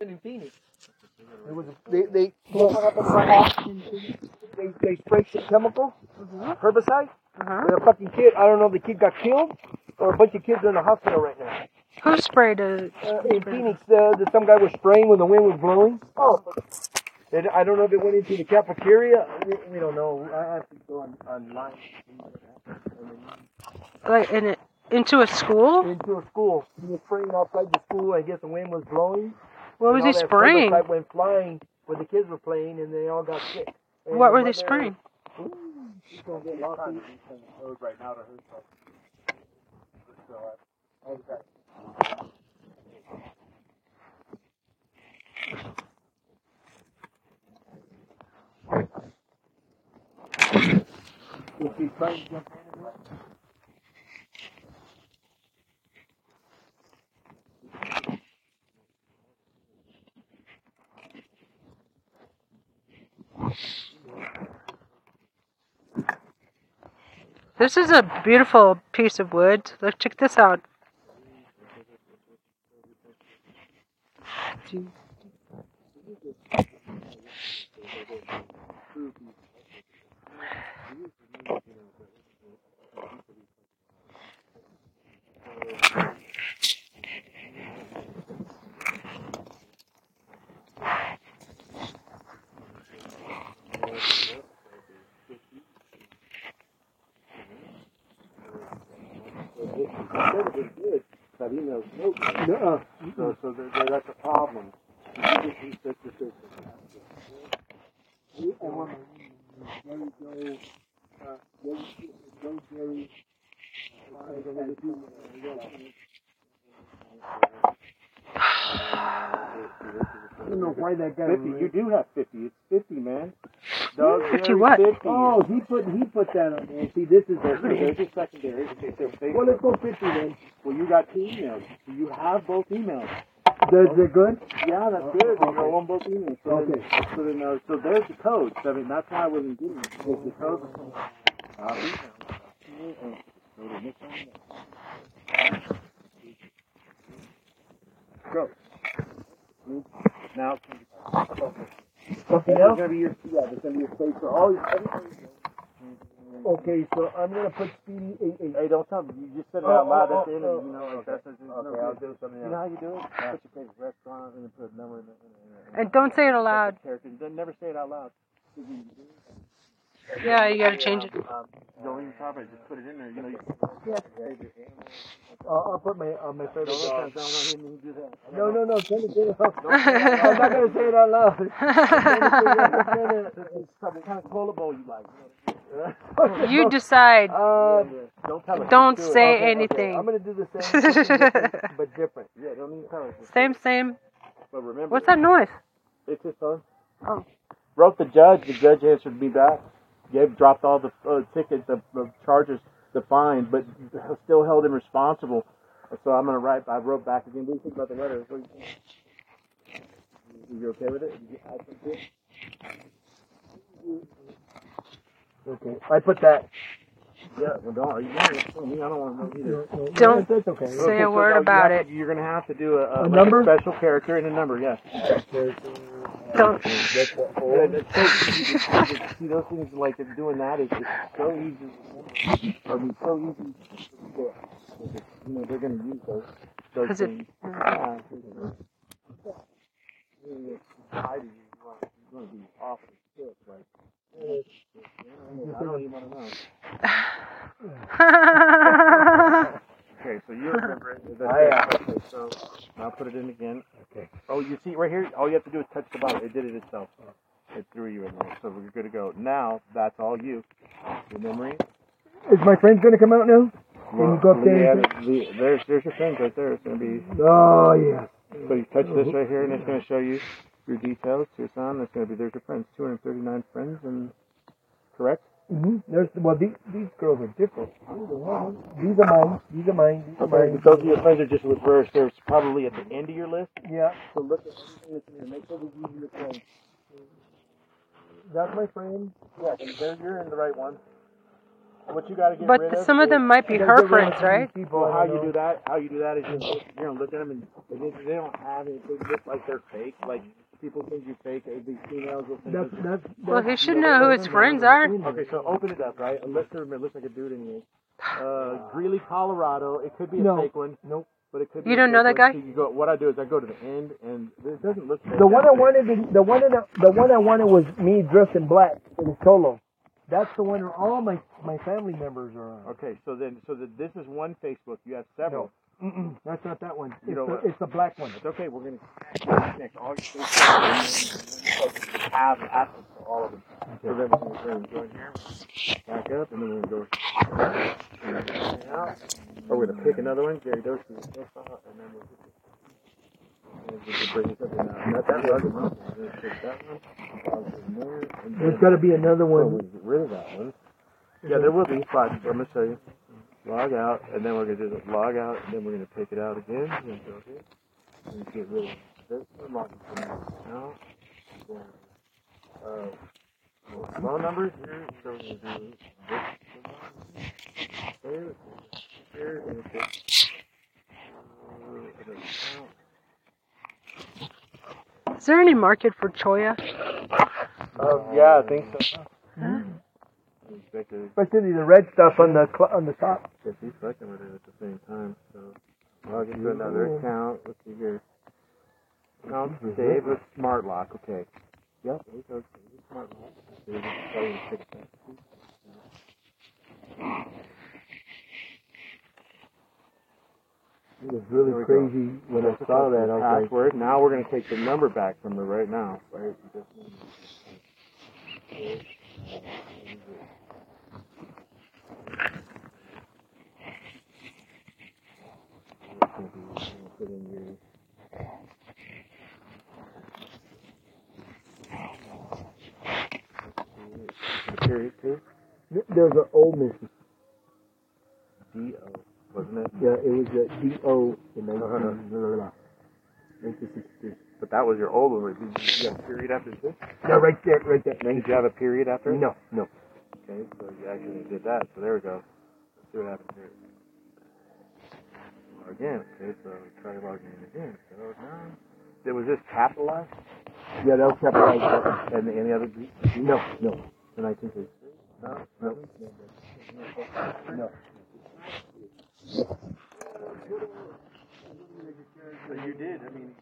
in Phoenix. It was a, they they came up with some- they they sprayed some chemical Mm-hmm. herbicide. Uh-huh. And a fucking kid, I don't know if the kid got killed or a bunch of kids are in the hospital right now. Who sprayed it? Uh, in Phoenix, uh, the, some guy was spraying when the wind was blowing. Oh, It, I don't know if it went into the cafeteria. We, we don't know. I have to go on, online. Like in it, into a school? Into a school. He was spraying outside the school. I guess the wind was blowing. What was and he all that spraying? herbicide went flying where the kids were playing and they all got sick. And What the were they weather- spraying? It's gonna get lost. This is a beautiful piece of wood. Look, check this out. Nuh-uh. So, so there, there, that's a problem. I don't know why that guy. 50, you do have 50. It's 50, man. Doug, 50 Jerry, what? 50. Oh, he put he put that on there. See, this is There's a. a secondary. It's a big- Well, let's go fifty then. Well, you got two emails. So you have both emails. Is it good? Yeah, that's good. You go on both emails. So Okay. Then, so, then, uh, so there's the code. So, I mean, that's why I wasn't getting it. Because the code uh, Go. Now, Something There's else? gonna be your yeah, there's gonna be your space for all your everything. Okay, so I'm gonna put Speedy eight eight. Hey, don't tell me. You just said it Oh, out loud. oh, That's oh, the end. oh, you know, like okay. that's just, Okay, no, I'll do something else. You know how you do it? Put your favorite restaurant and then put a number in the in the- in the- And don't say it aloud. Character. Don't never say it out loud. Yeah, you gotta change it. Don't even talk about it. Just put it in there. You know, you Uh, I'll put my uh, my favorite. Dog. restaurant. No, no, no. Tell it, tell it out. I'm not yeah, gonna say it out loud. you decide. Uh, don't tell it. Don't do it. say Okay, okay. anything. I'm gonna do the same, but different. Yeah, don't even tell it. Just- Same, same. But remember, What's that noise? It's his phone. Oh. Wrote the judge. The judge answered me back. Gave dropped all the uh, tickets, the, the charges, the fine, but still held him responsible. So I'm gonna write. I wrote back again. What do you think about the letter? What do you think? You- You okay with it? You- I think it- Okay, I put that. Yeah. Well, don't. Are you mad at me? I don't want to know either. Don't That's okay. Say a so word now you about have to- you're gonna have to do A a, like number? special character, and a number. Yeah. Don't. Oh. And it's so easy. See those things like doing that is it's so easy. I mean, so easy. to- You know they're gonna use those. those Is it- Mm. things. Yeah. Why do you want- you wanna be off the shit, like, I don't even wanna know. Okay, so you remember it. That's I, uh, it. Okay, so now put it in again. Okay. Oh, you see right here, all you have to do is touch the button. It did it itself. It threw you in there. So we're good to go. Now, that's all you. Your memory. Is my friend gonna come out now? you go up there yeah, and- the, there's, there's your things right there. It's going to be, Oh yeah. so you touch this right here and it's going to show you your details, your son. It's going to be, there's your friends. 239 friends and, correct? hmm There's well, these, these girls are different. These are mine. These are mine. These are mine. Those of your friends are just reversed. There's probably at the end of your list. Yeah, So look at everything that's in there. Make sure that you do your thing. that's my friend. Yeah, and there you're in the right one. What you got to get But rid the- of some of is- them might be her friends, right? Well, how you do that? How you do that is you you know look at them and they, they don't have anything. Look like they're fake. Like people think you're fake. uh, These females will think. That's, that that's, Well, he should know who his friends are. you're- okay, so open it up, right? Unless there it looks like a dude in here. Uh, Greeley, Colorado. It could be a No. fake one. Nope. But it could. Be You a don't fake know that guy? one. So you go. What I do is I go to the end, and it doesn't look. Fake The one that I way. wanted, the, the one that the one I wanted was me dressed in black in a solo. That's the one where all my my family members are on. Okay, so then, so that this is one Facebook. You have several. Mm-mm, that's not that one. You it's, know the, what? it's the black one. It's okay. We're gonna connect all your Facebook have access to all of them. So then we're gonna we're gonna go in here, back up, and then we're gonna go out. Or we're gonna pick another one. Jerry Dose is this out, and then we'll. And we can bring this up and out. Not that one. We're gonna pick that one. Pause in there, and There's then- got to be another well, one. we get rid of that one. Yeah, there will be spots. I'm gonna show you. Log out, and then we're gonna do the log out, and then we're gonna pick it out again. And go here, and get rid of this one. Log in now. Then, uh, well, phone numbers here. So we're gonna do this one here, here, and this. uh, and then out. Is there any market for choya? Um, yeah, I think so. Huh? Inspector Especially the red stuff on the cl- on the top. If he's fucking with it at the same time, so I'll get to another account. Let's see here. No, Dave with Smart Lock. Okay. Yep. He's okay. He's Smart Lock. David, probably fix that. It was really There we go. crazy when I saw that. I was like, password. Now we're gonna take the number back from her right now. Right. Put in your Period two. th- there's an old Mississippi. D O, wasn't it? Uh-huh. Yeah, it was a D O in 19 blah, blah, blah. 1963. But that was your old one. Did you have a period after this? No, right there, right there. Did you have a period after? it? No, no. Okay, so you actually did that. So there we go. Let's see what happens here. Log in. Okay, so uh, try logging in again. So now, did, was this capitalized? Yeah, that was capitalized. And any other Greek? No, no. The 19th No, no. No. So you did. I mean,